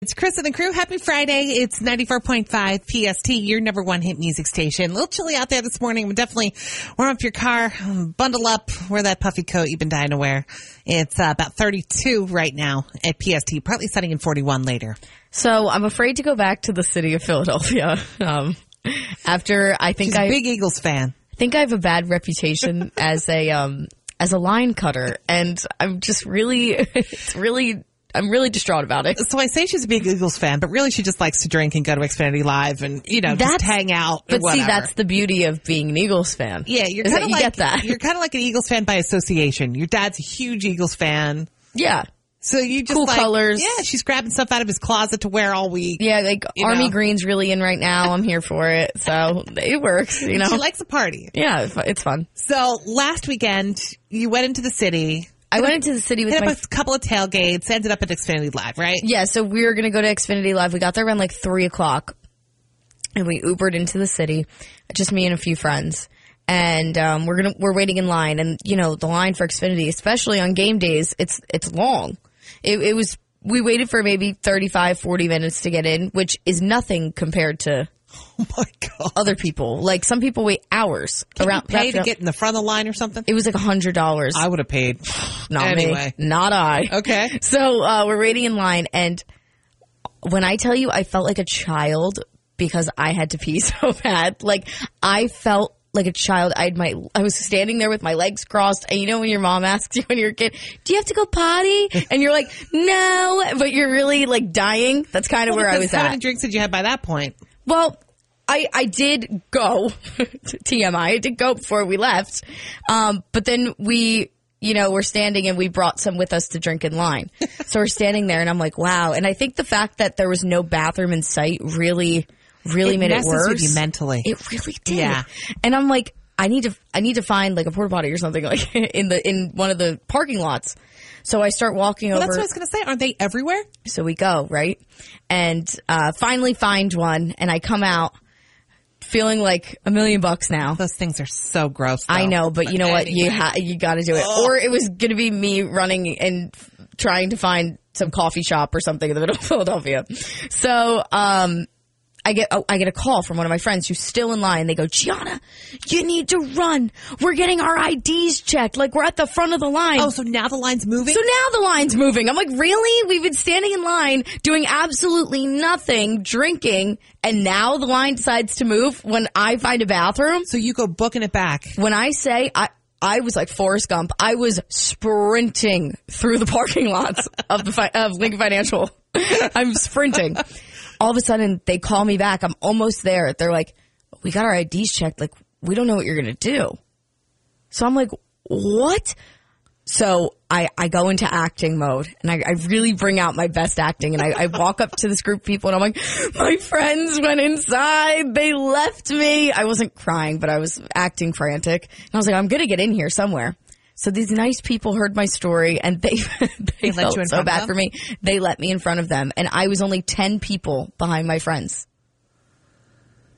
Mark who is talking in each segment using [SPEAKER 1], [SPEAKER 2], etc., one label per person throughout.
[SPEAKER 1] It's Chris and the crew. Happy Friday. It's 94.5 PST, your number one hit music station. A little chilly out there this morning, but definitely warm up your car, bundle up, wear that puffy coat you've been dying to wear. It's uh, about 32 right now at PST, partly sunny and 41 later.
[SPEAKER 2] So I'm afraid to go back to the city of Philadelphia. Um, after I think
[SPEAKER 1] She's a
[SPEAKER 2] I
[SPEAKER 1] big Eagles fan.
[SPEAKER 2] think I have a bad reputation as a um, as a line cutter, and I'm just really, it's really, I'm really distraught about it.
[SPEAKER 1] So I say she's a big Eagles fan, but really she just likes to drink and go to Xfinity Live and, you know, just
[SPEAKER 2] That's-
[SPEAKER 1] hang out. or
[SPEAKER 2] But see,
[SPEAKER 1] whatever.
[SPEAKER 2] that's the beauty of being an Eagles fan.
[SPEAKER 1] Yeah, you're
[SPEAKER 2] is
[SPEAKER 1] kind
[SPEAKER 2] that
[SPEAKER 1] of
[SPEAKER 2] you
[SPEAKER 1] like
[SPEAKER 2] get that.
[SPEAKER 1] you're kind of like an Eagles fan by association. Your dad's a huge Eagles fan.
[SPEAKER 2] yeah,
[SPEAKER 1] So you just
[SPEAKER 2] Cool
[SPEAKER 1] like,
[SPEAKER 2] colors.
[SPEAKER 1] Yeah, she's grabbing stuff out of his closet to wear all week.
[SPEAKER 2] yeah. Like
[SPEAKER 1] You
[SPEAKER 2] Army
[SPEAKER 1] know.
[SPEAKER 2] Green's really in right now. I'm here for it, so it works. You know,
[SPEAKER 1] She likes a party.
[SPEAKER 2] yeah, it's fu- it's fun.
[SPEAKER 1] So last weekend you went into the city,
[SPEAKER 2] I went into the city with
[SPEAKER 1] hit
[SPEAKER 2] my
[SPEAKER 1] up a couple of tailgates, ended up at Xfinity Live, right?
[SPEAKER 2] yeah, so we were gonna go to Xfinity Live. We got there around like three o'clock, and we Ubered into the city, just me and a few friends. And um, we're gonna we're waiting in line, and you know the line for Xfinity, especially on game days, it's it's long. It, it was we waited for maybe 35, 40 minutes to get in, which is nothing compared to
[SPEAKER 1] Oh my god!
[SPEAKER 2] other people. Like some people wait hours around.
[SPEAKER 1] Around pay
[SPEAKER 2] wrapped
[SPEAKER 1] to
[SPEAKER 2] up-
[SPEAKER 1] get in the front of the line or something.
[SPEAKER 2] it was like a hundred dollars.
[SPEAKER 1] I would have paid.
[SPEAKER 2] Not
[SPEAKER 1] anyway.
[SPEAKER 2] me. Not I.
[SPEAKER 1] Okay.
[SPEAKER 2] So uh, we're waiting in line, and when I tell you, I felt like a child because I had to pee so bad. Like I felt like a child. I had my I was standing there with my legs crossed, and you know when your mom asks you when you're a kid, "Do you have to go potty?" and you're like, "No," but you're really like dying. That's kind of where I
[SPEAKER 1] Because
[SPEAKER 2] was
[SPEAKER 1] how
[SPEAKER 2] at.
[SPEAKER 1] many drinks did you have by that point?
[SPEAKER 2] Well, I I did go TMI. I did go before we left, um, but then we. You know, we're standing and we brought some with us to drink in line. So we're standing there and I'm like, wow. And I think the fact that there was no bathroom in sight really, really made it
[SPEAKER 1] messes
[SPEAKER 2] worse.
[SPEAKER 1] with you mentally.
[SPEAKER 2] It really did.
[SPEAKER 1] Yeah.
[SPEAKER 2] And I'm like, I need to, I need to find like a porta potty or something like in the, in one of the parking lots. So I start walking
[SPEAKER 1] well,
[SPEAKER 2] over.
[SPEAKER 1] that's what I was gonna say. Aren't they everywhere?
[SPEAKER 2] So we go, right? And uh, finally find one, and I come out feeling like a million bucks now.
[SPEAKER 1] Those things are so gross. though.
[SPEAKER 2] I know, but you know what? You
[SPEAKER 1] Anyway.
[SPEAKER 2] ha- you got to do it. Or it was going to be me running and f- trying to find some coffee shop or something in the middle of Philadelphia. So, um, I get oh, I get a call from one of my friends who's still in line. They go, Gianna, you need to run. We're getting our IDs checked. Like we're at the front of the line.
[SPEAKER 1] Oh, so now the line's moving.
[SPEAKER 2] So now the line's moving. I'm like, really? We've been standing in line doing absolutely nothing, drinking, and now the line decides to move when I find a bathroom.
[SPEAKER 1] so you go booking it back.
[SPEAKER 2] When I say I, I was like Forrest Gump. I was sprinting through the parking lots of the fi- of Lincoln Financial. I'm sprinting. All of a sudden, they call me back. I'm almost there. They're like, "We got our IDs checked. Like, we don't know what you're gonna do." So I'm like, "What?" So I, I go into acting mode and I, I really bring out my best acting and I, I walk up to this group of people and I'm like, my friends went inside. They left me. I wasn't crying, but I was acting frantic. And I was like, I'm going to get in here somewhere. So these nice people heard my story and they, they,
[SPEAKER 1] let
[SPEAKER 2] felt
[SPEAKER 1] you in front
[SPEAKER 2] so
[SPEAKER 1] of
[SPEAKER 2] bad
[SPEAKER 1] them?
[SPEAKER 2] for me. They let me in front of them and I was only 10 people behind my friends.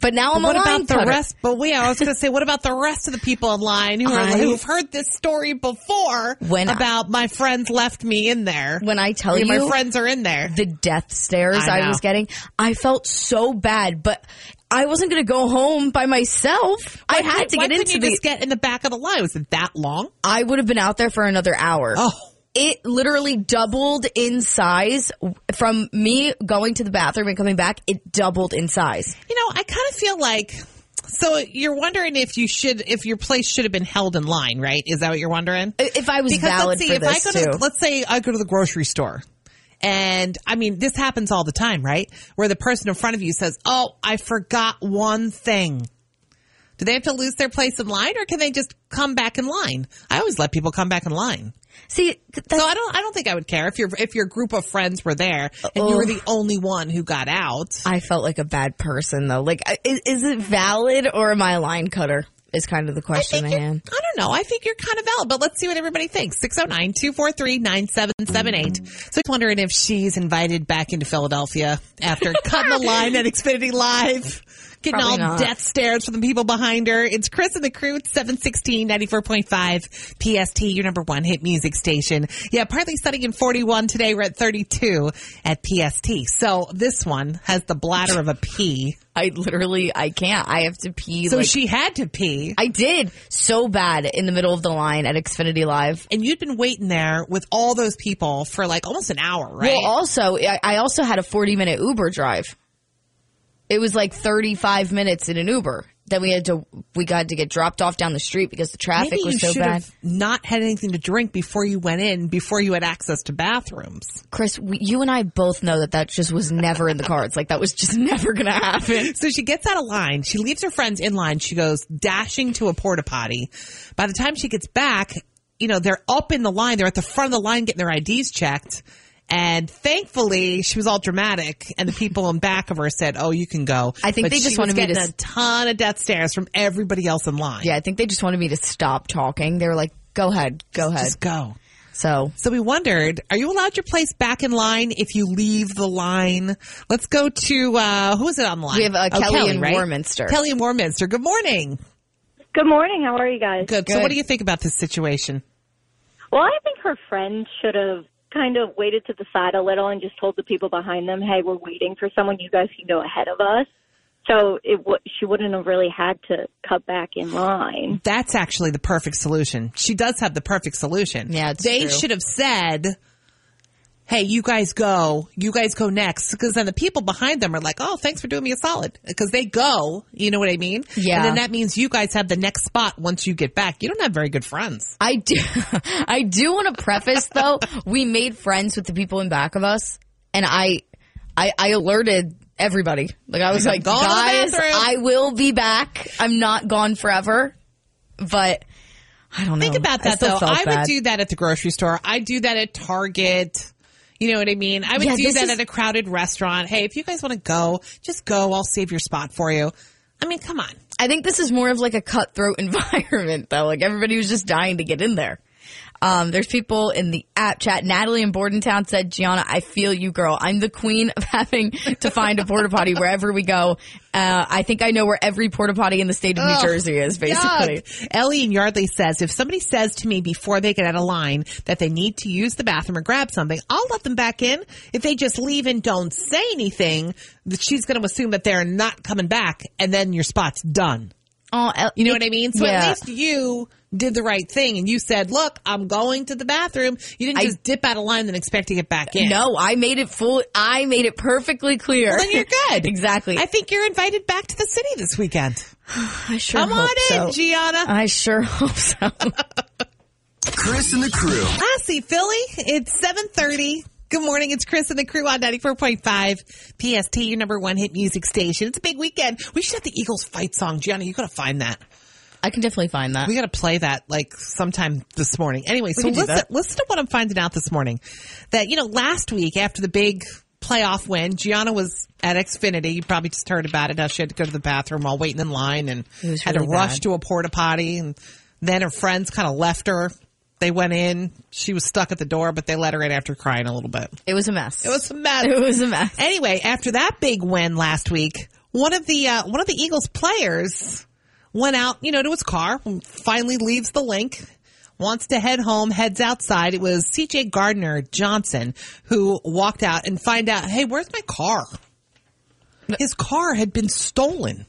[SPEAKER 2] But now I'm
[SPEAKER 1] What
[SPEAKER 2] a line
[SPEAKER 1] about the
[SPEAKER 2] cutter.
[SPEAKER 1] rest? But wait, I was going to say, what about the rest of the people online who are,
[SPEAKER 2] I-
[SPEAKER 1] who've heard this story before?
[SPEAKER 2] When I-
[SPEAKER 1] about my friends left me in there.
[SPEAKER 2] When I tell
[SPEAKER 1] Yeah,
[SPEAKER 2] you,
[SPEAKER 1] my friends are in there.
[SPEAKER 2] the death stares
[SPEAKER 1] I
[SPEAKER 2] I,
[SPEAKER 1] know.
[SPEAKER 2] was getting. I felt so bad, but I wasn't going to go home by myself. I had to
[SPEAKER 1] Why
[SPEAKER 2] get
[SPEAKER 1] couldn't
[SPEAKER 2] into
[SPEAKER 1] you
[SPEAKER 2] the.
[SPEAKER 1] just get in the back of the line. Was it that long?
[SPEAKER 2] I would have been out there for another hour.
[SPEAKER 1] Oh.
[SPEAKER 2] It literally doubled in size from me going to the bathroom and coming back. It doubled in size.
[SPEAKER 1] You know, I kind of feel like. So you're wondering if you should, if your place should have been held in line, right? Is that what you're wondering?
[SPEAKER 2] I- If I was
[SPEAKER 1] Because
[SPEAKER 2] valid
[SPEAKER 1] let's see,
[SPEAKER 2] for
[SPEAKER 1] if I
[SPEAKER 2] this
[SPEAKER 1] go
[SPEAKER 2] too,
[SPEAKER 1] to, let's say I go to the grocery store. And I mean, this happens all the time, right? Where the person in front of you says, Oh, I forgot one thing. Do they have to lose their place in line or can they just come back in line? I always let people come back in line.
[SPEAKER 2] see, that's,
[SPEAKER 1] So I don't, I don't think I would care if your, if your group of friends were there and you were the only one who got out.
[SPEAKER 2] I felt like a bad person though. Like, I- is, is it valid or am I a line cutter? is kind of the
[SPEAKER 1] I
[SPEAKER 2] question
[SPEAKER 1] think
[SPEAKER 2] I,
[SPEAKER 1] you're-
[SPEAKER 2] am.
[SPEAKER 1] I don't know. I think you're kind of out, but let's see what everybody thinks. 609-243-9778. So just wondering if she's invited back into Philadelphia after cutting the line at Xfinity Live. Getting
[SPEAKER 2] Probably
[SPEAKER 1] all
[SPEAKER 2] not.
[SPEAKER 1] death stares from the people behind her. It's Chris and the crew at 716 94.5 PST, your number one hit music station. Yeah, partly sunny in 41 today. We're at 32 at PST. So this one has the bladder of a pee.
[SPEAKER 2] I literally I can't. I have to pee.
[SPEAKER 1] So
[SPEAKER 2] like,
[SPEAKER 1] she had to pee.
[SPEAKER 2] I did so bad in the middle of the line at Xfinity Live.
[SPEAKER 1] and you'd been waiting there with all those people for like almost an hour, right?
[SPEAKER 2] Well, also I, I also had a forty minute Uber drive. It was like thirty five minutes in an Uber. Then we had to we got to get dropped off down the street because the traffic
[SPEAKER 1] Maybe
[SPEAKER 2] was
[SPEAKER 1] you
[SPEAKER 2] so
[SPEAKER 1] should
[SPEAKER 2] bad.
[SPEAKER 1] have not had anything to drink before you went in, before you had access to bathrooms.
[SPEAKER 2] Chris, we, you and I both know that that just was never in the cards. Like that was just never going to happen.
[SPEAKER 1] So she gets out of line. She leaves her friends in line. She goes dashing to a porta potty. By the time she gets back, you know, they're up in the line. They're at the front of the line getting their IDs checked. And thankfully, she was all dramatic, and the people in back of her said, "Oh, you can go."
[SPEAKER 2] I think
[SPEAKER 1] But
[SPEAKER 2] they
[SPEAKER 1] she
[SPEAKER 2] just
[SPEAKER 1] was
[SPEAKER 2] wanted me to
[SPEAKER 1] getting
[SPEAKER 2] s-
[SPEAKER 1] a ton of death stares from everybody else in line.
[SPEAKER 2] Yeah, I think they just wanted me to stop talking. They were like, "Go ahead, go ahead."
[SPEAKER 1] just go.
[SPEAKER 2] so
[SPEAKER 1] So we wondered, are you allowed your place back in line if you leave the line? Let's go to uh who is it on the line?
[SPEAKER 2] We have, uh, Kelly in
[SPEAKER 1] right?
[SPEAKER 2] Warminster.
[SPEAKER 1] Kelly in Warminster. Good morning.
[SPEAKER 3] Good morning. How are you guys?
[SPEAKER 1] Good. So
[SPEAKER 2] Good.
[SPEAKER 1] what do you think about this situation?
[SPEAKER 3] Well, I think her friend should have kind of waited to the side a little and just told the people behind them, "Hey, we're waiting for someone. You guys can go ahead of us." So it w- she wouldn't have really had to cut back in line.
[SPEAKER 1] That's actually the perfect solution. She does have the perfect solution.
[SPEAKER 2] Yeah, it's
[SPEAKER 1] they
[SPEAKER 2] true.
[SPEAKER 1] should have said, "Hey, you guys go. You guys go next," because then the people behind them are like, "Oh, thanks for doing me a solid," because they go. You know what I mean?
[SPEAKER 2] Yeah.
[SPEAKER 1] And then that means you guys have the next spot once you get back. You don't have very good friends.
[SPEAKER 2] I do, I do want to preface though. We made friends with the people in back of us, and I, I, I alerted everybody. Like I was like,
[SPEAKER 1] Go to the
[SPEAKER 2] guys,
[SPEAKER 1] bathroom."
[SPEAKER 2] I will be back. I'm not gone forever, but I don't
[SPEAKER 1] think
[SPEAKER 2] know.
[SPEAKER 1] about
[SPEAKER 2] Um, I
[SPEAKER 1] that
[SPEAKER 2] still
[SPEAKER 1] though.
[SPEAKER 2] felt
[SPEAKER 1] I would
[SPEAKER 2] bad.
[SPEAKER 1] do that at the grocery store. I do that at Target. You know what I mean? I would
[SPEAKER 2] Yeah,
[SPEAKER 1] do
[SPEAKER 2] this
[SPEAKER 1] that
[SPEAKER 2] is-
[SPEAKER 1] at a crowded restaurant. Hey, if you guys want to go, just go. I'll save your spot for you. I mean, come on.
[SPEAKER 2] I think this is more of like a cutthroat environment though. Like everybody was just dying to get in there. Um, there's people in the app chat. Natalie in Bordentown said, Gianna, I feel you, girl. I'm the queen of having to find a porta potty wherever we go. Uh, I think I know where every porta potty in the state of New Jersey is, basically.
[SPEAKER 1] Yuck. Ellie and Yardley says if somebody says to me before they get out of line that they need to use the bathroom or grab something, I'll let them back in. If they just leave and don't say anything, that she's going to assume that they're not coming back, and then your spot's done.
[SPEAKER 2] Oh, El-
[SPEAKER 1] You know what I mean? So
[SPEAKER 2] yeah.
[SPEAKER 1] at least you did the right thing and you said, look, I'm going to the bathroom. You didn't
[SPEAKER 2] I-
[SPEAKER 1] just dip out of line and expect to get back in.
[SPEAKER 2] No, I made it full. I made it perfectly clear.
[SPEAKER 1] Well, then you're good.
[SPEAKER 2] exactly.
[SPEAKER 1] I think you're invited back to the city this weekend.
[SPEAKER 2] I sure
[SPEAKER 1] Come on
[SPEAKER 2] hope
[SPEAKER 1] in,
[SPEAKER 2] so. Uh-huh.
[SPEAKER 1] Gianna.
[SPEAKER 2] I sure hope so.
[SPEAKER 4] Chris and the crew.
[SPEAKER 1] Classy Philly, it's 730. Good morning. It's Chris and the crew on 94.5 PST, your number one hit music station. It's a big weekend. We should have the Eagles fight song. Gianna, you got to find that.
[SPEAKER 2] I can definitely find that.
[SPEAKER 1] We got to play that like sometime this morning. Anyway, so
[SPEAKER 2] can do
[SPEAKER 1] listen,
[SPEAKER 2] that.
[SPEAKER 1] listen to what I'm finding out this morning. That, you know, last week after the big playoff win, Gianna was at Xfinity. You probably just heard about it. How she had to go to the bathroom while waiting in line and
[SPEAKER 2] was
[SPEAKER 1] had to
[SPEAKER 2] really
[SPEAKER 1] rush
[SPEAKER 2] bad.
[SPEAKER 1] to a porta potty. And then her friends kind of left her. They went in. She was stuck at the door, but they let her in after crying a little bit.
[SPEAKER 2] It was a mess.
[SPEAKER 1] It was a mess.
[SPEAKER 2] It was a mess.
[SPEAKER 1] Anyway, after that big win last week, one of the uh, one of the Eagles players went out, you know, to his car, finally leaves the link, wants to head home, heads outside. It was CJ Gardner Johnson who walked out and find out, "Hey, where's my car?" His car had been stolen.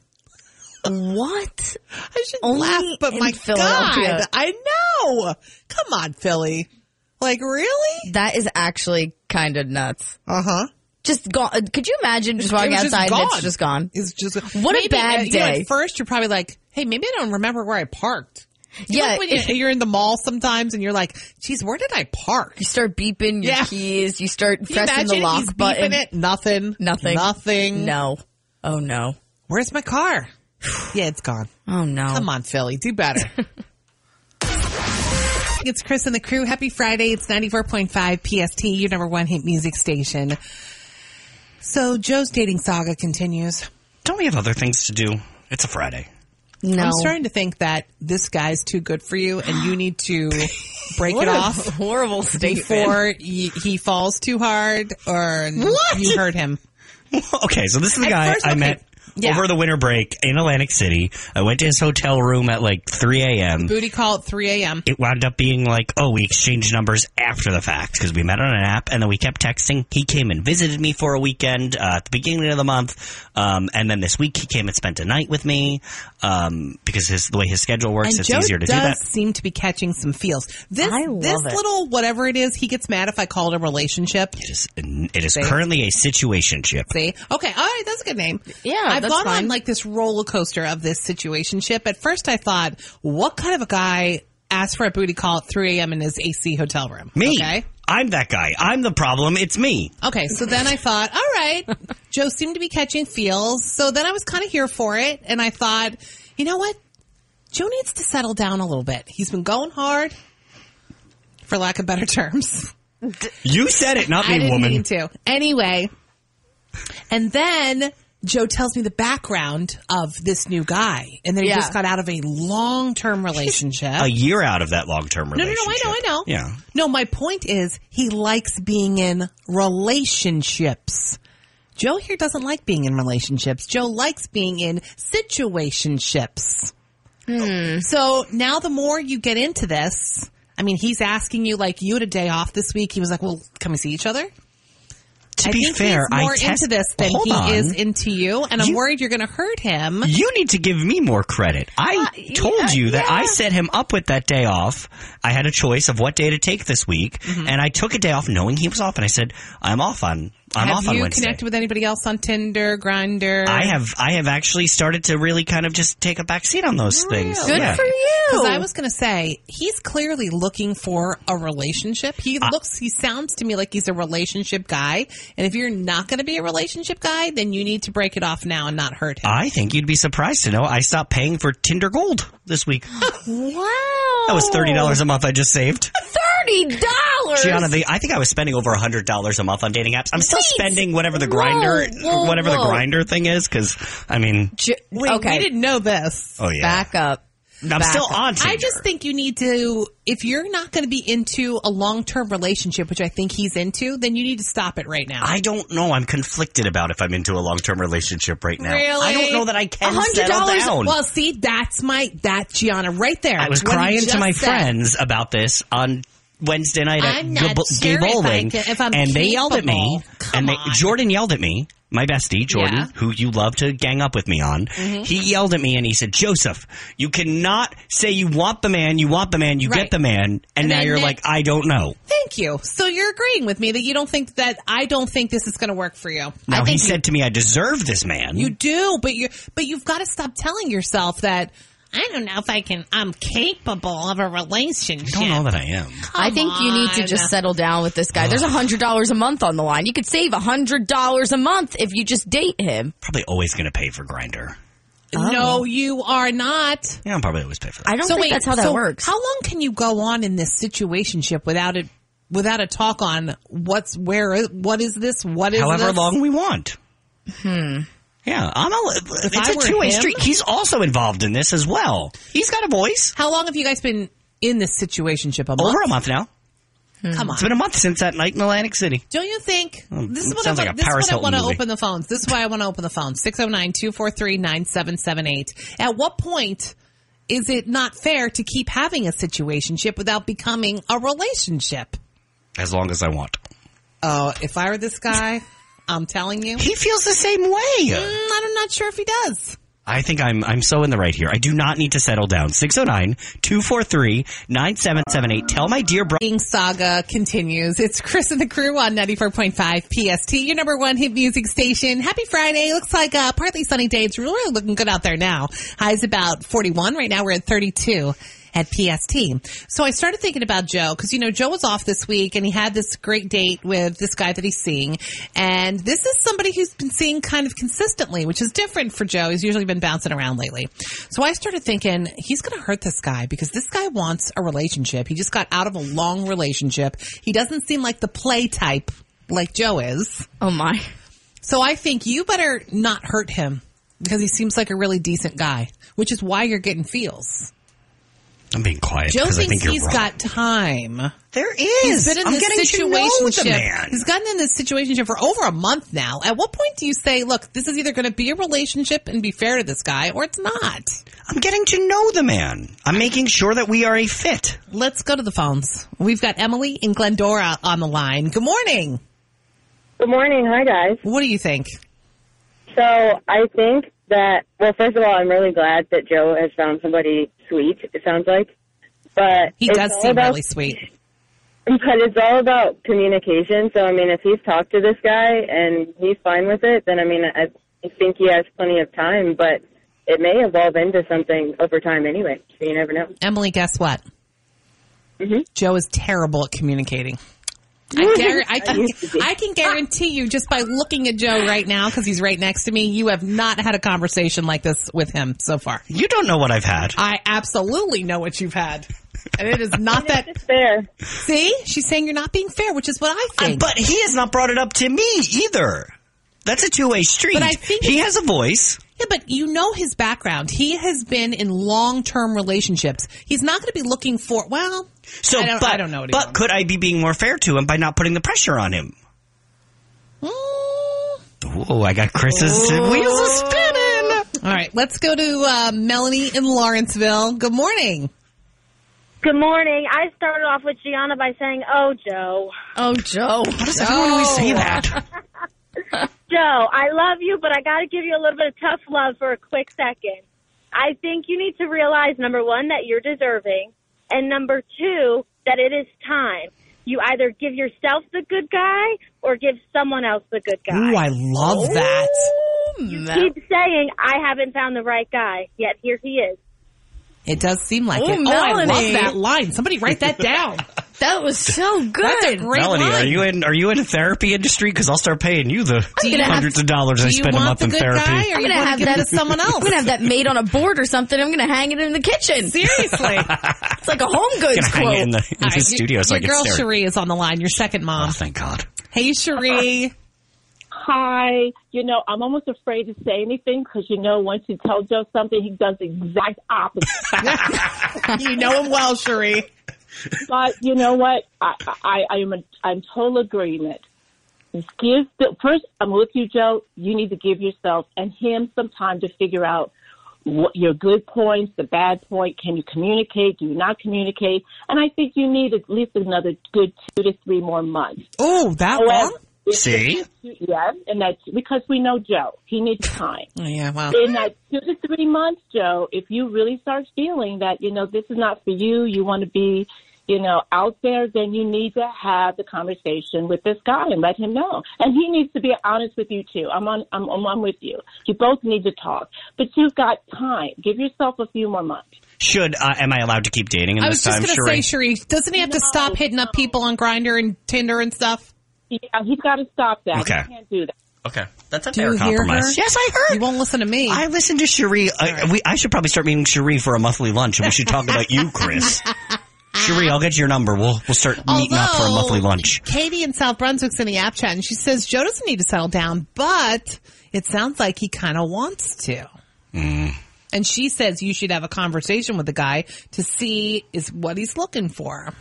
[SPEAKER 2] What?
[SPEAKER 1] I should
[SPEAKER 2] Only
[SPEAKER 1] laugh, but
[SPEAKER 2] in
[SPEAKER 1] my
[SPEAKER 2] Philadelphia.
[SPEAKER 1] God, I know. Come on, Philly. Like really?
[SPEAKER 2] That is actually kind of nuts.
[SPEAKER 1] Uh huh.
[SPEAKER 2] Just gone. uh, Could you imagine just walking
[SPEAKER 1] It was
[SPEAKER 2] outside and
[SPEAKER 1] gone.
[SPEAKER 2] it's just gone?
[SPEAKER 1] It's just
[SPEAKER 2] What a bad
[SPEAKER 1] uh, you know,
[SPEAKER 2] day.
[SPEAKER 1] at first, you're probably like, "Hey, maybe I don't remember where I parked." You
[SPEAKER 2] Yeah,
[SPEAKER 1] know when you-
[SPEAKER 2] if-
[SPEAKER 1] you're in the mall sometimes, and you're like, "Geez, where did I park?"
[SPEAKER 2] You start beeping your
[SPEAKER 1] Yeah.
[SPEAKER 2] keys. You start
[SPEAKER 1] Can you
[SPEAKER 2] pressing the
[SPEAKER 1] imagine
[SPEAKER 2] lock
[SPEAKER 1] he's beeping
[SPEAKER 2] button.
[SPEAKER 1] It? Nothing.
[SPEAKER 2] Nothing.
[SPEAKER 1] Nothing.
[SPEAKER 2] No. Oh no.
[SPEAKER 1] Where's my car? yeah, it's gone.
[SPEAKER 2] Oh no.
[SPEAKER 1] Come on, Philly, do better. it's Chris and the crew. Happy Friday. It's 94.5 PST, your number one hit music station. So Joe's dating saga continues.
[SPEAKER 5] Don't we have other things to do? It's a Friday.
[SPEAKER 2] No.
[SPEAKER 1] I'm starting to think that this guy's too good for you, and you need to break it off
[SPEAKER 2] horrible statement.
[SPEAKER 1] before y- he falls too hard or
[SPEAKER 2] What?
[SPEAKER 1] you hurt him.
[SPEAKER 5] Okay, so this is the
[SPEAKER 1] At
[SPEAKER 5] guy
[SPEAKER 1] first,
[SPEAKER 5] I
[SPEAKER 1] okay.
[SPEAKER 5] met
[SPEAKER 1] Yeah.
[SPEAKER 5] over the winter break in Atlantic City. I went to his hotel room at like 3 a.m.
[SPEAKER 1] Booty call at 3 a.m.
[SPEAKER 5] It wound up being like, oh, we exchanged numbers after the fact because we met on an app and then we kept texting. He came and visited me for a weekend uh, at the beginning of the month, um, and then this week he came and spent a night with me um, because his, the way his schedule works,
[SPEAKER 1] And
[SPEAKER 5] it's
[SPEAKER 1] Joe
[SPEAKER 5] easier to
[SPEAKER 1] does
[SPEAKER 5] do that.
[SPEAKER 1] seem to be catching some feels. This
[SPEAKER 2] I love
[SPEAKER 1] this
[SPEAKER 2] it.
[SPEAKER 1] little whatever it is, he gets mad if I call it a relationship.
[SPEAKER 5] It is, it is currently a situationship.
[SPEAKER 1] See? Okay, all right, that's a good name.
[SPEAKER 2] Yeah,
[SPEAKER 1] I've
[SPEAKER 2] that's
[SPEAKER 1] gone on
[SPEAKER 2] fine.
[SPEAKER 1] like this roller coaster of this situationship. At first, I thought, what kind of a guy asked for a booty call at 3 a.m. in his AC hotel room?
[SPEAKER 5] Me.
[SPEAKER 1] Okay.
[SPEAKER 5] I'm that guy. I'm the problem. It's me.
[SPEAKER 1] Okay, so then I thought, all right, Joe seemed to be catching feels. So then I was kind of here for it, and I thought, you know what? Joe needs to settle down a little bit. He's been going hard, for lack of better terms.
[SPEAKER 5] You said it, not
[SPEAKER 1] I
[SPEAKER 5] me,
[SPEAKER 1] didn't
[SPEAKER 5] woman.
[SPEAKER 1] mean to. Anyway, and then Joe tells me the background of this new guy, and then he
[SPEAKER 2] Yeah.
[SPEAKER 1] just got out of a long-term relationship.
[SPEAKER 5] a year out of that long term
[SPEAKER 1] no, no, no!
[SPEAKER 5] relationship.
[SPEAKER 1] I know, I know.
[SPEAKER 5] Yeah.
[SPEAKER 1] No, my point is he likes being in relationships. Joe here doesn't like being in relationships. Joe likes being in situationships. So now the more you get into this, I mean, he's asking you like you had a day off this week. He was like, "Well, can we see each other?"
[SPEAKER 5] To
[SPEAKER 1] I
[SPEAKER 5] be
[SPEAKER 1] think
[SPEAKER 5] fair,
[SPEAKER 1] he's more
[SPEAKER 5] I test-
[SPEAKER 1] into this than
[SPEAKER 5] Hold
[SPEAKER 1] he
[SPEAKER 5] on.
[SPEAKER 1] is into you, and I'm
[SPEAKER 5] You-
[SPEAKER 1] worried you're going to hurt him.
[SPEAKER 5] You need to give me more credit. I
[SPEAKER 1] Uh,
[SPEAKER 5] told
[SPEAKER 2] yeah,
[SPEAKER 5] you that
[SPEAKER 2] yeah.
[SPEAKER 5] I set him up with that day off. I had a choice of what day to take this week,
[SPEAKER 1] Mm-hmm.
[SPEAKER 5] and I took a day off knowing he was off, and I said, "I'm off on I'm
[SPEAKER 1] have
[SPEAKER 5] off on
[SPEAKER 1] you
[SPEAKER 5] Wednesday."
[SPEAKER 1] connected with anybody else on Tinder, Grinder?
[SPEAKER 5] I have I have actually started to really kind of just take a back seat on those things.
[SPEAKER 1] Really?
[SPEAKER 2] Good
[SPEAKER 5] Yeah.
[SPEAKER 2] for you.
[SPEAKER 1] Because I was going to say, he's clearly looking for a relationship. He looks, he sounds to me like he's a relationship guy. And if you're not going to be a relationship guy, then you need to break it off now and not hurt him.
[SPEAKER 5] I think you'd be surprised to know I stopped paying for Tinder Gold this week.
[SPEAKER 2] wow.
[SPEAKER 5] That was thirty dollars a month I just saved.
[SPEAKER 2] Thirty dollars.
[SPEAKER 5] Gianna, the, I think I was spending over hundred dollars a month on dating apps. I'm still
[SPEAKER 2] Wait.
[SPEAKER 5] spending whatever the
[SPEAKER 2] Whoa,
[SPEAKER 5] grinder,
[SPEAKER 2] whoa,
[SPEAKER 5] whatever the
[SPEAKER 2] whoa.
[SPEAKER 5] grinder thing is, because I mean,
[SPEAKER 1] Wait,
[SPEAKER 2] okay.
[SPEAKER 1] we didn't know this.
[SPEAKER 5] oh yeah,
[SPEAKER 2] Back up.
[SPEAKER 5] I'm
[SPEAKER 2] back
[SPEAKER 5] still
[SPEAKER 2] up.
[SPEAKER 5] on. Tinder.
[SPEAKER 1] I just think you need to, if you're not going to be into a long term relationship, which I think he's into, then you need to stop it right now.
[SPEAKER 5] I don't know. I'm conflicted about if I'm into a long term relationship right now.
[SPEAKER 1] Really?
[SPEAKER 5] I don't know that I can settle
[SPEAKER 1] $100
[SPEAKER 5] down.
[SPEAKER 1] Well, see, that's my, that Gianna right there.
[SPEAKER 5] I was
[SPEAKER 1] What he
[SPEAKER 5] crying to
[SPEAKER 1] just
[SPEAKER 5] my
[SPEAKER 1] said.
[SPEAKER 5] friends about this on Wednesday night at
[SPEAKER 1] I'm not
[SPEAKER 5] Gabo-
[SPEAKER 1] sure if I
[SPEAKER 5] Gabling,
[SPEAKER 1] can- if I'm
[SPEAKER 5] and they yelled at me.
[SPEAKER 1] capable.
[SPEAKER 5] and they,
[SPEAKER 1] Come on.
[SPEAKER 5] Jordan yelled at me. My bestie, Jordan,
[SPEAKER 1] Yeah. Mm-hmm.
[SPEAKER 5] who you love to gang up with me on, he yelled at me and he said, Joseph, you cannot say you want the man, you want the man, you
[SPEAKER 1] Right.
[SPEAKER 5] get the man, and, now
[SPEAKER 1] then
[SPEAKER 5] you're
[SPEAKER 1] ne-
[SPEAKER 5] like, I don't know.
[SPEAKER 1] Thank you. So you're agreeing with me that you don't think that I don't think this is going to work for you. I
[SPEAKER 5] Now
[SPEAKER 1] think
[SPEAKER 5] he said to me, I deserve this man.
[SPEAKER 1] you do, but you but you've got to stop telling yourself that I don't know if I can. I'm capable of a relationship.
[SPEAKER 5] I don't know that I am.
[SPEAKER 2] I think you need to
[SPEAKER 1] on.
[SPEAKER 2] just settle down with this guy. There's a hundred dollars a month on the line. You could save a hundred dollars a month if you just date him.
[SPEAKER 5] Probably always going to pay for Grinder. Oh.
[SPEAKER 1] No, you are not.
[SPEAKER 5] Yeah, I'll probably always pay for that.
[SPEAKER 2] I don't
[SPEAKER 1] so
[SPEAKER 2] think
[SPEAKER 1] wait,
[SPEAKER 2] that's how that
[SPEAKER 1] so
[SPEAKER 2] works.
[SPEAKER 1] How long can you go on in this situationship without it? Without a talk on what's where, what is this? What is
[SPEAKER 5] however
[SPEAKER 1] this?
[SPEAKER 5] long we want. Hmm. Yeah, I'm a.
[SPEAKER 1] I
[SPEAKER 5] It's
[SPEAKER 1] were
[SPEAKER 5] a two way
[SPEAKER 1] him-
[SPEAKER 5] street. He's also involved in this as well. He's got a voice.
[SPEAKER 1] How long have you guys been in this situationship? A month?
[SPEAKER 5] Over a month now.
[SPEAKER 1] Hmm. Come on,
[SPEAKER 5] It's been a month since that night in Atlantic City.
[SPEAKER 1] Don't you think this is
[SPEAKER 5] Hmm, it
[SPEAKER 1] what I,
[SPEAKER 5] sounds like a
[SPEAKER 1] this is
[SPEAKER 5] Paris
[SPEAKER 1] what I
[SPEAKER 5] Hilton
[SPEAKER 1] want to
[SPEAKER 5] movie.
[SPEAKER 1] open the phones. This is why I want to open the oh phone. 609-243-9778. At what point is it not fair to keep having a situationship without becoming a relationship?
[SPEAKER 5] As long as I want.
[SPEAKER 1] Oh, if I were this guy, I'm telling you. Mm,
[SPEAKER 5] He feels the same way.
[SPEAKER 1] I'm not sure if he does.
[SPEAKER 5] I think I'm I'm so in the right here. I do not need to settle down. 609-243-9778. Tell my dear brother.
[SPEAKER 1] King Saga continues. It's Chris and the crew on 94.5 PST, your number one hit music station. Happy Friday. Looks like a partly sunny day. It's really looking good out there now. Highs about 41. Right now we're at 32 at PST. So I started thinking about Joe because, you know, Joe was off this week and he had this great date with this guy that he's seeing. And this is somebody who's been seeing kind of consistently, which is different for Joe. He's usually been bouncing around lately. So I started thinking he's going to hurt this guy because this guy wants a relationship. He just got out of a long relationship. He doesn't seem like the play type like Joe is.
[SPEAKER 2] oh my.
[SPEAKER 1] So I think you better not hurt him. because he seems like a really decent guy, which is why you're getting feels.
[SPEAKER 5] I'm being quiet
[SPEAKER 1] Joe
[SPEAKER 5] because I think
[SPEAKER 1] thinks
[SPEAKER 5] you're
[SPEAKER 1] he's
[SPEAKER 5] wrong.
[SPEAKER 1] got time.
[SPEAKER 5] there is.
[SPEAKER 1] He's been in
[SPEAKER 5] I'm getting
[SPEAKER 1] this
[SPEAKER 5] to know
[SPEAKER 1] situation.
[SPEAKER 5] the man.
[SPEAKER 1] He's gotten in this situation for over a month now. At what point do you say, look, this is either going to be a relationship and be fair to this guy or it's not?
[SPEAKER 5] I'm getting to know the man. I'm making sure that we are a fit.
[SPEAKER 1] Let's go to the phones. We've got Emily and Glendora on the line. Good morning.
[SPEAKER 6] Good morning. Hi, guys.
[SPEAKER 1] What do you think?
[SPEAKER 6] So I think that, well, first of all, I'm really glad that Joe has found somebody sweet, it sounds like. But
[SPEAKER 1] He
[SPEAKER 6] it's
[SPEAKER 1] does
[SPEAKER 6] all
[SPEAKER 1] seem
[SPEAKER 6] about,
[SPEAKER 1] really sweet.
[SPEAKER 6] But it's all about communication. So, I mean, if he's talked to this guy and he's fine with it, then, I mean, I I think he has plenty of time, but it may evolve into something over time anyway. So you never know.
[SPEAKER 1] Emily, guess what?
[SPEAKER 6] Mm-hmm.
[SPEAKER 1] Joe is terrible at communicating. I, guar- I, can, I can guarantee you just by looking at Joe right now, because he's right next to me, you have not had a conversation like this with him so far.
[SPEAKER 5] You don't know what I've had.
[SPEAKER 1] I absolutely know what you've had. And it is not that.
[SPEAKER 6] Fair.
[SPEAKER 1] See? She's saying you're not being fair, which is what I think.
[SPEAKER 5] But he has not brought it up to me either. That's a two way street.
[SPEAKER 1] But I think-
[SPEAKER 5] he has a voice.
[SPEAKER 1] Yeah, but you know his background. He has been in long-term relationships. He's not going to be looking for. Well,
[SPEAKER 5] So,
[SPEAKER 1] I don't,
[SPEAKER 5] but,
[SPEAKER 1] I don't know. What he
[SPEAKER 5] but
[SPEAKER 1] wants.
[SPEAKER 5] could I be being more fair to him by not putting the pressure on him?
[SPEAKER 1] Mm.
[SPEAKER 5] Ooh, I got Chris's wheels are
[SPEAKER 2] Uh.
[SPEAKER 5] spinning.
[SPEAKER 1] All right, let's go to uh, Melanie in Lawrenceville. Good morning.
[SPEAKER 7] Good morning. I started off with Gianna by saying, "Oh, Joe,
[SPEAKER 2] Oh, Joe. What
[SPEAKER 5] Does everyone always say that?
[SPEAKER 7] Joe, I love you, but I got to give you a little bit of tough love for a quick second. I think you need to realize number one that you're deserving, and number two that it is time. You either give yourself the good guy or give someone else the good
[SPEAKER 2] oh.
[SPEAKER 7] guy.
[SPEAKER 1] Ooh, I love that.
[SPEAKER 7] Keep saying, "I haven't found the right guy," yet here he is.
[SPEAKER 1] It does seem like
[SPEAKER 2] Ooh,
[SPEAKER 1] it. Oh, I love
[SPEAKER 2] Melanie.
[SPEAKER 1] that line. Somebody write that down.
[SPEAKER 2] That was so good.
[SPEAKER 1] That's a great
[SPEAKER 5] Melanie,
[SPEAKER 1] line.
[SPEAKER 5] are you in are you in a therapy industry? Because I'll start paying you the
[SPEAKER 2] gonna have
[SPEAKER 5] hundreds of dollars I
[SPEAKER 1] Do you
[SPEAKER 5] spend a
[SPEAKER 1] want
[SPEAKER 5] month
[SPEAKER 1] the
[SPEAKER 5] in
[SPEAKER 1] good
[SPEAKER 5] therapy.
[SPEAKER 1] guy, or
[SPEAKER 2] I'm
[SPEAKER 1] you
[SPEAKER 2] gonna
[SPEAKER 1] want
[SPEAKER 2] have
[SPEAKER 1] to give
[SPEAKER 2] that-
[SPEAKER 1] it to someone
[SPEAKER 2] I'm gonna
[SPEAKER 1] else?
[SPEAKER 2] have that made on a board or something. I'm gonna hang it in the kitchen.
[SPEAKER 1] Seriously.
[SPEAKER 2] It's like a home goods
[SPEAKER 5] Hang
[SPEAKER 2] quote.
[SPEAKER 5] it in the, in
[SPEAKER 1] All
[SPEAKER 5] the
[SPEAKER 1] right,
[SPEAKER 5] studio
[SPEAKER 1] your,
[SPEAKER 5] so I
[SPEAKER 1] your
[SPEAKER 5] can
[SPEAKER 1] girl
[SPEAKER 5] stare.
[SPEAKER 1] Cherie is on the line. Your second
[SPEAKER 5] Oh,
[SPEAKER 1] mom.
[SPEAKER 5] thank God.
[SPEAKER 1] Hey, Cherie.
[SPEAKER 8] Hi. You know, I'm almost afraid to say anything because you know, once you tell Joe something, he does the exact opposite.
[SPEAKER 1] you know him well, Cherie.
[SPEAKER 8] but you know what? I, I, I am in, I'm total agreement. Give the, first, I'm with you, Joe. You need to give yourself and him some time to figure out what your good points, the bad point. Can you communicate? Do you not communicate? And I think you need at least another good two to three more months.
[SPEAKER 1] Oh, that one.
[SPEAKER 8] However, if-
[SPEAKER 5] See?
[SPEAKER 8] Yes, and that's because we know Joe. He needs time.
[SPEAKER 1] Oh, yeah, well.
[SPEAKER 8] in that two to three months, Joe, if you really start feeling that, you know, this is not for you, you want to be, you know, out there, then you need to have the conversation with this guy and let him know. And he needs to be honest with you too. I'm on, I'm, I'm on with you. You both need to talk, but you've got time. Give yourself a few more months.
[SPEAKER 5] Should uh, am I allowed to keep dating in
[SPEAKER 1] I was
[SPEAKER 5] this
[SPEAKER 1] just
[SPEAKER 5] time,
[SPEAKER 1] going to
[SPEAKER 5] Cherie?
[SPEAKER 1] say, Cherie, doesn't he have to stop hitting up people on Grinder and Tinder and stuff?
[SPEAKER 8] Yeah, uh, he's got to stop that.
[SPEAKER 5] Okay.
[SPEAKER 8] He can't do that.
[SPEAKER 5] okay, that's a
[SPEAKER 1] Do
[SPEAKER 5] fair
[SPEAKER 1] you hear
[SPEAKER 5] compromise.
[SPEAKER 1] her?
[SPEAKER 5] Yes, I heard.
[SPEAKER 1] You won't listen to me.
[SPEAKER 5] I listened to Cherie. I, we, I should probably start meeting Cherie for a monthly lunch, and we should talk about you, Chris. Cherie, I'll get your number. We'll we'll start meeting up for a monthly lunch.
[SPEAKER 1] Katie in South Brunswick's in the app chat, and she says Joe doesn't need to settle down, but it sounds like he kind of wants to.
[SPEAKER 5] Mm.
[SPEAKER 1] And she says you should have a conversation with the guy to see is what he's looking for.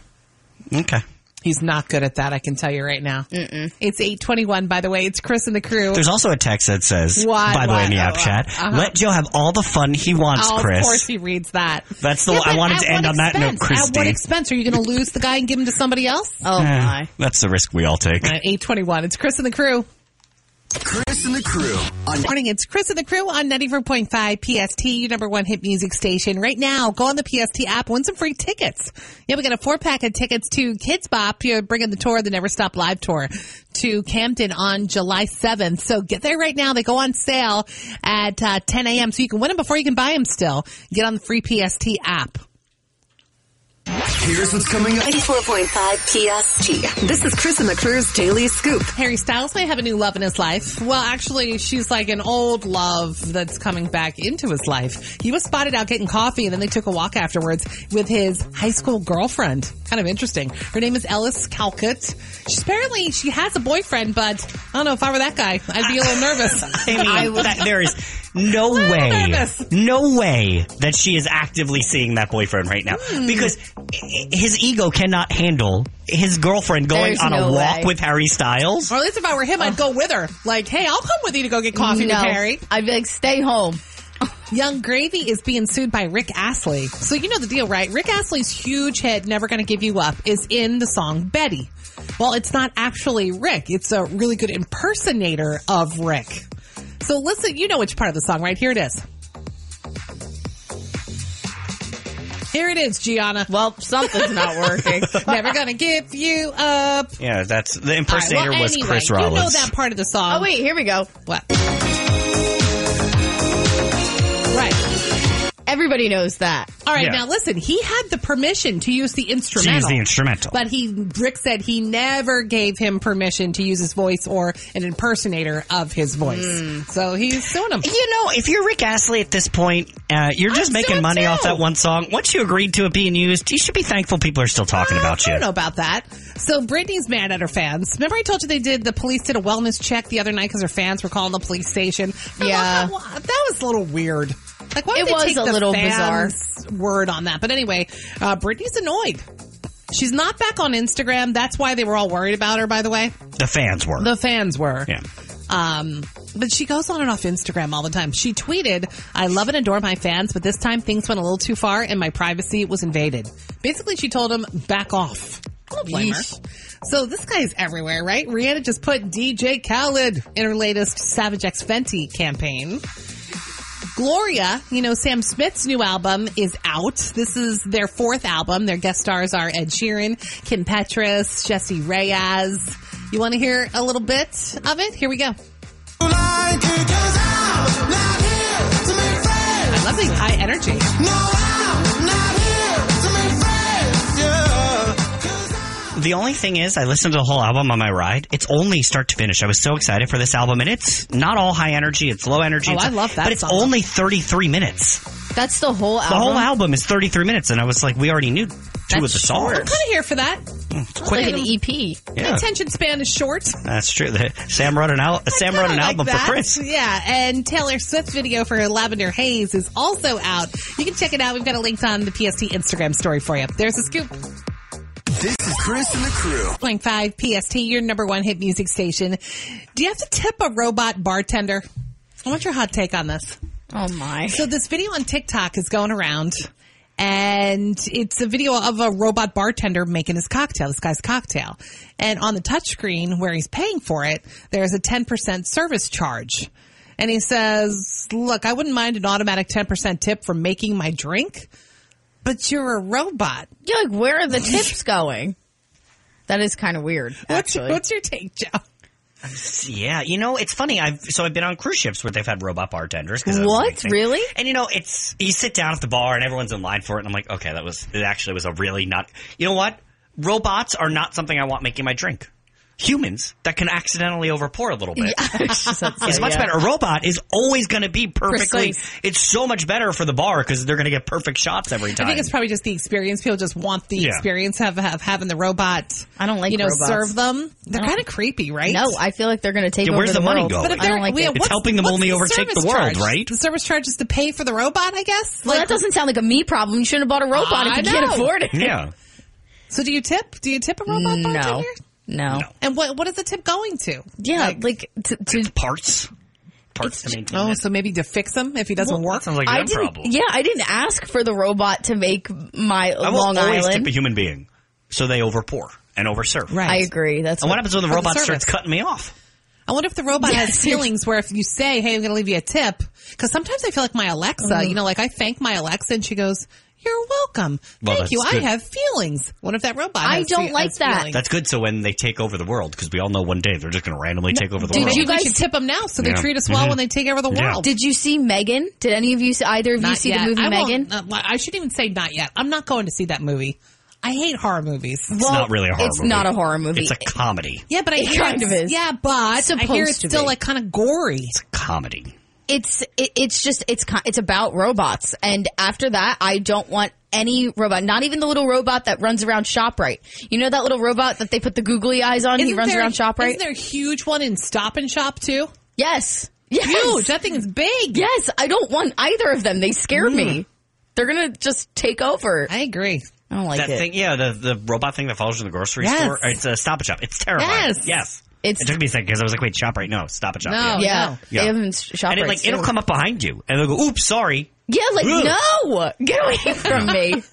[SPEAKER 5] Okay.
[SPEAKER 1] He's not good at that, I can tell you right now. It's eight twenty-one, by the way. It's Chris and the crew.
[SPEAKER 5] There's also a text that says,
[SPEAKER 1] Why-
[SPEAKER 5] by the way, in the
[SPEAKER 1] why-
[SPEAKER 5] app
[SPEAKER 1] oh,
[SPEAKER 5] chat,
[SPEAKER 1] uh-huh.
[SPEAKER 5] let Joe have all the fun he wants,
[SPEAKER 1] Oh,
[SPEAKER 5] Chris.
[SPEAKER 1] Of course, he reads that.
[SPEAKER 5] That's the- I
[SPEAKER 1] but
[SPEAKER 5] wanted
[SPEAKER 1] at
[SPEAKER 5] to end
[SPEAKER 1] what
[SPEAKER 5] on that note,
[SPEAKER 1] expense? At what
[SPEAKER 5] Christy.
[SPEAKER 1] expense are you going to lose the guy and give him to somebody else?
[SPEAKER 2] Oh
[SPEAKER 5] Eh,
[SPEAKER 2] my.
[SPEAKER 5] That's the risk we all take.
[SPEAKER 1] At eight twenty-one, it's Chris and the crew.
[SPEAKER 4] Chris and the crew on
[SPEAKER 1] Morning, it's Chris and the crew on 94.5 PST, your number one hit music station. Right now, go on the PST app, win some free tickets. Yeah, we got a four pack of tickets to Kids Bop. You're bringing the tour, the Never Stop Live Tour to Camden on July 7th. So get there right now. They go on sale at uh, 10 a.m. So you can win them before you can buy them still. Get on the free PST app.
[SPEAKER 4] Here's what's coming up.
[SPEAKER 9] 94.5 PST. This is Chris and the Crew's Daily Scoop.
[SPEAKER 1] Harry Styles may have a new love in his life. Well, actually, she's like an old love that's coming back into his life. He was spotted out getting coffee and then they took a walk afterwards with his high school girlfriend. Kind of interesting. Her name is Ellis Calcutt. She's apparently, she has a boyfriend, but I don't know if I were that guy, I'd be a little nervous.
[SPEAKER 5] I mean, that, there is no way,
[SPEAKER 1] nervous.
[SPEAKER 5] no way that she is actively seeing that boyfriend right now
[SPEAKER 1] Hmm.
[SPEAKER 5] because i- his ego cannot handle his girlfriend going
[SPEAKER 2] There's
[SPEAKER 5] on
[SPEAKER 2] no
[SPEAKER 5] a walk
[SPEAKER 2] way.
[SPEAKER 5] with Harry Styles.
[SPEAKER 1] Or at least if I were him, I'd go with her. Like, hey, I'll come with you to go get coffee with Harry.
[SPEAKER 2] I'd be like, stay home.
[SPEAKER 1] Young Gravy is being sued by Rick Astley. So you know the deal, right? Rick Astley's huge hit, Never Gonna Give You Up, is in the song Betty. Well, it's not actually Rick. It's a really good impersonator of Rick. So listen, you know which part of the song, right? Here it is. Here it is, Gianna.
[SPEAKER 2] Well, something's not working.
[SPEAKER 1] Never gonna give you up.
[SPEAKER 5] Yeah, that's the
[SPEAKER 1] All right, well,
[SPEAKER 5] impersonator was
[SPEAKER 1] anyway,
[SPEAKER 5] Chris
[SPEAKER 1] You know
[SPEAKER 5] Rollins.
[SPEAKER 1] that part of the song.
[SPEAKER 2] oh wait, here we go.
[SPEAKER 1] What? Right.
[SPEAKER 2] Everybody knows that.
[SPEAKER 1] All right,
[SPEAKER 5] Yeah.
[SPEAKER 1] now listen. He had the permission to use the
[SPEAKER 5] She
[SPEAKER 1] instrumental.
[SPEAKER 5] used the instrumental.
[SPEAKER 1] But he, Rick said he never gave him permission to use his voice or an impersonator of his voice. So he's suing him.
[SPEAKER 5] you know, if you're Rick Astley at this point, uh, you're just
[SPEAKER 1] I'm
[SPEAKER 5] making
[SPEAKER 1] suing
[SPEAKER 5] money
[SPEAKER 1] too.
[SPEAKER 5] off that one song. Once you agreed to it being used, you should be thankful people are still talking about
[SPEAKER 1] I
[SPEAKER 5] you.
[SPEAKER 1] don't know about that. So Britney's mad at her fans. Remember I told you they did, the police did a wellness check the other night because her fans were calling the police station. I'm
[SPEAKER 2] Yeah.
[SPEAKER 1] like, "Wha- that was a little weird. Like, why
[SPEAKER 2] It
[SPEAKER 1] did they
[SPEAKER 2] was
[SPEAKER 1] take
[SPEAKER 2] a
[SPEAKER 1] the
[SPEAKER 2] little
[SPEAKER 1] fans' word on that? But anyway, uh, Britney's annoyed. She's not back on Instagram. That's why they were all worried about her, by the way.
[SPEAKER 5] The fans were.
[SPEAKER 1] The fans were.
[SPEAKER 5] yeah.
[SPEAKER 1] Um, but she goes on and off Instagram all the time. She tweeted, I love and adore my fans, but this time things went a little too far and my privacy was invaded. Basically, she told him, back off. I don't blame her. So this guy's everywhere, right? Rihanna just put DJ Khaled in her latest Savage X Fenty campaign. Gloria, you know, Sam Smith's new album is out. This is their fourth album. Their guest stars are Ed Sheeran, Kim Petras, Jesse Reyes. You want to hear a little bit of it? Here we go. I love the high energy.
[SPEAKER 5] The only thing is, I listened to the whole album on my ride. It's only start to finish. I was so excited for this album, and it's not all high energy. It's low energy.
[SPEAKER 1] Oh,
[SPEAKER 5] It's-
[SPEAKER 1] I love that
[SPEAKER 5] But it's
[SPEAKER 1] song. Uh-huh.
[SPEAKER 5] only 33 minutes.
[SPEAKER 2] That's the whole
[SPEAKER 5] The
[SPEAKER 2] album.
[SPEAKER 5] whole album is 33 minutes, and I was like, we already knew two of the songs.
[SPEAKER 1] I'm kind of here for that.
[SPEAKER 5] It's
[SPEAKER 2] Like
[SPEAKER 1] e-
[SPEAKER 5] quick.
[SPEAKER 2] an EP.
[SPEAKER 5] Yeah,
[SPEAKER 1] Attention span is short.
[SPEAKER 5] that's true. Sam wrote an, al- Sam wrote
[SPEAKER 1] Kinda
[SPEAKER 5] an
[SPEAKER 1] like
[SPEAKER 5] album
[SPEAKER 1] that.
[SPEAKER 5] for Chris.
[SPEAKER 1] Yeah, and Taylor Swift's video for her Lavender Haze is also out. You can check it out. We've got a link on the PST Instagram story for you. There's a scoop.
[SPEAKER 4] This is Chris and the Crew.
[SPEAKER 1] 1.5 PST, your number one hit music station. Do you have to tip a robot bartender? I want your hot take on this.
[SPEAKER 2] Oh my.
[SPEAKER 1] So this video on TikTok is going around and it's a video of a robot bartender making his cocktail, this guy's cocktail. And on the touchscreen where he's paying for it, there's a 10% service charge. And he says, look, I wouldn't mind an automatic 10% tip for making my drink, but you're a robot.
[SPEAKER 2] Yeah, like where are the tips going? That is kind of weird.
[SPEAKER 1] What's,
[SPEAKER 2] Actually,
[SPEAKER 1] what's your take, Joe?
[SPEAKER 5] Yeah, you know, it's funny. I've so I've been on cruise ships where they've had robot bartenders. 'cause that was
[SPEAKER 2] What?
[SPEAKER 5] a big thing.
[SPEAKER 2] Really?
[SPEAKER 5] And you know, it's you sit down at the bar and everyone's in line for it, and I'm like, okay, that was it. Actually, was a really not. You know what? Robots are not something I want making my drink. Humans that can accidentally overpour a little bit is much better. A robot is always going to be perfectly.
[SPEAKER 1] Precise.
[SPEAKER 5] It's so much better for the bar because they're going to get perfect shots every time.
[SPEAKER 1] I think it's probably just the experience. People just want the
[SPEAKER 5] Yeah.
[SPEAKER 1] experience of, of having the robot.
[SPEAKER 2] I don't like
[SPEAKER 1] you know
[SPEAKER 2] robots.
[SPEAKER 1] serve them. They're kind of creepy, right?
[SPEAKER 2] No, I feel like they're going to take
[SPEAKER 5] Yeah,
[SPEAKER 2] over
[SPEAKER 5] where's the money
[SPEAKER 2] world.
[SPEAKER 5] going?
[SPEAKER 1] But if
[SPEAKER 2] I
[SPEAKER 1] they're
[SPEAKER 2] don't like
[SPEAKER 1] yeah,
[SPEAKER 2] it.
[SPEAKER 5] It's
[SPEAKER 1] what's-
[SPEAKER 5] helping them
[SPEAKER 1] what's
[SPEAKER 5] only
[SPEAKER 1] the
[SPEAKER 5] overtake the
[SPEAKER 1] service
[SPEAKER 5] world,
[SPEAKER 1] charge?
[SPEAKER 5] right?
[SPEAKER 1] The service charge is to pay for the robot, I guess.
[SPEAKER 2] Well,
[SPEAKER 1] Like,
[SPEAKER 2] that doesn't sound like a me problem. You shouldn't have bought a robot
[SPEAKER 1] I
[SPEAKER 2] if you can't
[SPEAKER 1] know.
[SPEAKER 2] afford it.
[SPEAKER 5] yeah.
[SPEAKER 1] so. Do you tip? Do you tip a robot
[SPEAKER 2] Mm, No.
[SPEAKER 1] bartender?
[SPEAKER 2] No.
[SPEAKER 1] And what what is the tip going to?
[SPEAKER 2] Yeah, like, to, to
[SPEAKER 5] Parts. Parts to maintain.
[SPEAKER 1] Oh,
[SPEAKER 5] it.
[SPEAKER 1] so maybe to fix him if he doesn't
[SPEAKER 5] Well,
[SPEAKER 1] work.
[SPEAKER 5] that sounds like
[SPEAKER 2] I
[SPEAKER 5] your
[SPEAKER 2] didn't.
[SPEAKER 5] problem.
[SPEAKER 2] Yeah, I didn't ask for the robot to make my
[SPEAKER 5] I will
[SPEAKER 2] Long
[SPEAKER 5] always
[SPEAKER 2] Island.
[SPEAKER 5] tip a human being, so they overpour and overserve.
[SPEAKER 1] Right.
[SPEAKER 2] I agree. That's
[SPEAKER 5] And what happens when the robot
[SPEAKER 1] service.
[SPEAKER 5] starts cutting me off?
[SPEAKER 1] I wonder if the robot has
[SPEAKER 2] Yes.
[SPEAKER 1] feelings where if you say, "Hey, I'm going to leave you a tip," because sometimes I feel like my Alexa.
[SPEAKER 2] Mm.
[SPEAKER 1] You know, like I thank my Alexa and she goes. You're welcome.
[SPEAKER 5] Well,
[SPEAKER 1] Thank you.
[SPEAKER 5] that's good.
[SPEAKER 1] I have feelings. What if that robot?
[SPEAKER 2] I
[SPEAKER 1] has-
[SPEAKER 2] don't
[SPEAKER 1] has
[SPEAKER 2] like that.
[SPEAKER 1] feelings?
[SPEAKER 5] That's good. So when they take over the world, because we all know one day they're just going to randomly take over the
[SPEAKER 2] did
[SPEAKER 5] world.
[SPEAKER 1] Maybe
[SPEAKER 2] you guys-
[SPEAKER 1] we should tip them now so they
[SPEAKER 5] Yeah. Mm-hmm.
[SPEAKER 1] treat us well when they take over the
[SPEAKER 5] Yeah.
[SPEAKER 1] world.
[SPEAKER 2] Did you see Megan? Did any of you, see, either of you,
[SPEAKER 1] Not
[SPEAKER 2] see
[SPEAKER 1] yet.
[SPEAKER 2] the movie
[SPEAKER 1] I won't-
[SPEAKER 2] Megan?
[SPEAKER 1] uh, I shouldn't even say not yet. I'm not going to see that movie. I hate horror movies.
[SPEAKER 5] It's not really a horror
[SPEAKER 2] it's
[SPEAKER 5] movie.
[SPEAKER 2] not a horror movie.
[SPEAKER 5] It's a comedy.
[SPEAKER 1] Yeah, but I
[SPEAKER 2] It
[SPEAKER 1] hear
[SPEAKER 2] kind
[SPEAKER 1] it's-
[SPEAKER 2] of is.
[SPEAKER 1] Yeah, but
[SPEAKER 2] It's
[SPEAKER 1] I hear
[SPEAKER 2] supposed
[SPEAKER 1] it's
[SPEAKER 2] to
[SPEAKER 1] still
[SPEAKER 2] be.
[SPEAKER 1] like kind of gory.
[SPEAKER 5] It's a comedy.
[SPEAKER 2] it's it, it's just it's ki- it's about robots and after that i don't want any robot not even the little robot that runs around shoprite you know that little robot that they put the googly eyes on he
[SPEAKER 1] Isn't
[SPEAKER 2] runs
[SPEAKER 1] there-
[SPEAKER 2] around
[SPEAKER 1] Isn't
[SPEAKER 2] shoprite
[SPEAKER 1] there a huge one in Stop and Shop too?
[SPEAKER 2] yes yes
[SPEAKER 1] Huge. That thing is big.
[SPEAKER 2] yes i don't want either of them they scare
[SPEAKER 5] Mm.
[SPEAKER 2] me they're gonna just take over
[SPEAKER 1] I
[SPEAKER 2] i,
[SPEAKER 1] agree.
[SPEAKER 2] don't like
[SPEAKER 5] That
[SPEAKER 2] it
[SPEAKER 5] thing, yeah, the, the robot thing that follows you in the grocery
[SPEAKER 1] Yes.
[SPEAKER 5] store. Or It's a stop and shop. It's terrifying.
[SPEAKER 1] Yes.
[SPEAKER 5] Yes.
[SPEAKER 2] It's-
[SPEAKER 5] it took me a second because I was like, wait, shop right? No, stop and shop.
[SPEAKER 1] No.
[SPEAKER 2] yeah,
[SPEAKER 5] Yeah. Yeah.
[SPEAKER 2] They have them in shoprite
[SPEAKER 5] And it, like, it'll
[SPEAKER 2] too.
[SPEAKER 5] come up behind you and they'll go, oops, sorry.
[SPEAKER 2] yeah like
[SPEAKER 5] Ugh.
[SPEAKER 2] no get away from me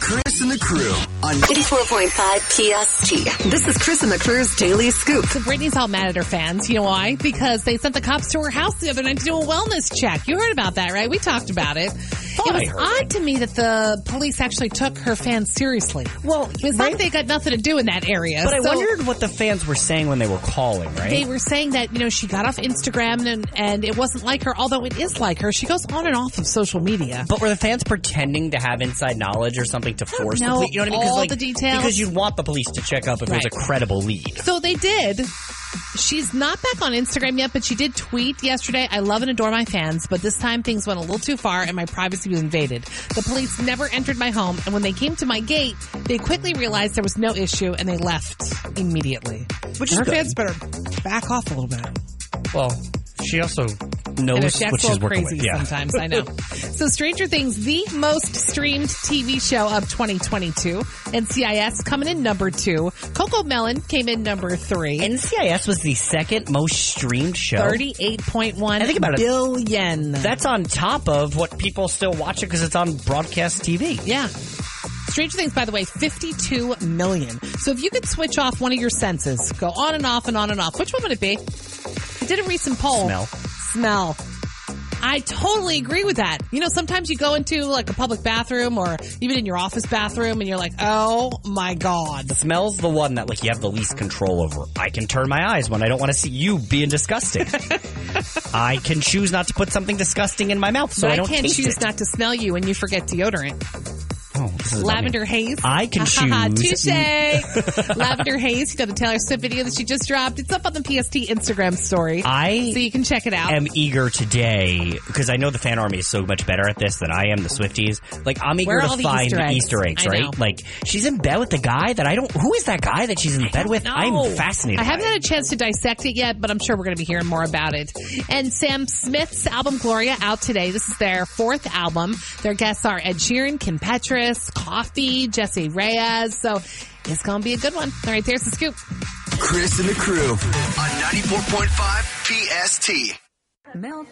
[SPEAKER 4] Chris and the crew on
[SPEAKER 9] 84.5 PST. This is Chris and McCrew's Daily Scoop.
[SPEAKER 1] So Brittany's all mad at her fans. You know why? Because they sent the cops to her house the other night to do a wellness check. You heard about that, right? We talked about it. it was odd to me that the police actually took her fans seriously.
[SPEAKER 10] Well,
[SPEAKER 1] it was like they got nothing to do in that area.
[SPEAKER 10] But I
[SPEAKER 1] So
[SPEAKER 10] wondered what the fans were saying when they were calling, right?
[SPEAKER 1] They were saying that you know she got off Instagram and and it wasn't like her, although it is like her. She goes on and off of social media.
[SPEAKER 10] but were the fans pretending to have inside knowledge or something to force the
[SPEAKER 1] know
[SPEAKER 10] police? You know what I mean?
[SPEAKER 1] all
[SPEAKER 10] like,
[SPEAKER 1] the details.
[SPEAKER 10] Because you'd want the police to check up if there's
[SPEAKER 1] Right.
[SPEAKER 10] a credible lead.
[SPEAKER 1] So they did. She's not back on Instagram yet, but she did tweet yesterday, I love and adore my fans, but this time things went a little too far and my privacy was invaded. The police never entered my home, and when they came to my gate, they quickly realized there was no issue and they left immediately. Which
[SPEAKER 10] is
[SPEAKER 1] Her
[SPEAKER 10] good.
[SPEAKER 1] fans better back off a little bit.
[SPEAKER 10] Well, she also
[SPEAKER 1] And
[SPEAKER 10] knows
[SPEAKER 1] she
[SPEAKER 10] what
[SPEAKER 1] acts a
[SPEAKER 10] she's
[SPEAKER 1] little
[SPEAKER 10] working
[SPEAKER 1] crazy
[SPEAKER 10] with. Yeah.
[SPEAKER 1] sometimes, I know. So Stranger Things, the most streamed TV show of 2022. NCIS coming in number two. Coco Melon came in number three.
[SPEAKER 10] NCIS was the second most streamed show.
[SPEAKER 1] Thirty-eight point one
[SPEAKER 10] I think about it.
[SPEAKER 1] billion.
[SPEAKER 10] That's on top of what people still watch it because it's on broadcast TV.
[SPEAKER 1] yeah. Stranger Things, by the way, 52 million. So if you could switch off one of your senses, go on and off and on and off, which one would it be? I did a recent poll.
[SPEAKER 10] Smell.
[SPEAKER 1] Smell. I totally agree with that. You know, sometimes you go into like a public bathroom or even in your office bathroom and you're like, oh my God.
[SPEAKER 10] Smells the one that like you have the least control over. I can turn my eyes when I don't want to see you being disgusting. I can choose not to put something disgusting in my mouth, so
[SPEAKER 1] but
[SPEAKER 10] I
[SPEAKER 1] I,
[SPEAKER 10] don't
[SPEAKER 1] can't
[SPEAKER 10] taste
[SPEAKER 1] choose
[SPEAKER 10] it.
[SPEAKER 1] not to smell you when you forget deodorant.
[SPEAKER 10] Oh, this is about me.
[SPEAKER 1] Lavender Haze.
[SPEAKER 10] I can choose.
[SPEAKER 1] Touche. Lavender Haze. You got the Taylor Swift video that she just dropped. It's up on the PST Instagram story.
[SPEAKER 10] I
[SPEAKER 1] so you can check it out.
[SPEAKER 10] am eager today because I know the fan army is so much better at this than I am, the Swifties. Like, I'm eager
[SPEAKER 1] Where are
[SPEAKER 10] to
[SPEAKER 1] all the
[SPEAKER 10] find
[SPEAKER 1] Easter
[SPEAKER 10] the
[SPEAKER 1] eggs?
[SPEAKER 10] Easter eggs,
[SPEAKER 1] I
[SPEAKER 10] right?
[SPEAKER 1] know.
[SPEAKER 10] Like, she's in bed with the guy that I don't. Who is that guy that she's in bed with? I'm fascinated.
[SPEAKER 1] I haven't
[SPEAKER 10] by it.
[SPEAKER 1] had a chance to dissect it yet, but I'm sure we're going to be hearing more about it. And Sam Smith's album Gloria out today. This is their fourth album. Their guests are Ed Sheeran, Kim Petras, Coffee, Jesse Reyes. So it's going to be a good one. All right, there's the scoop.
[SPEAKER 4] Chris and the crew on 94.5 PST.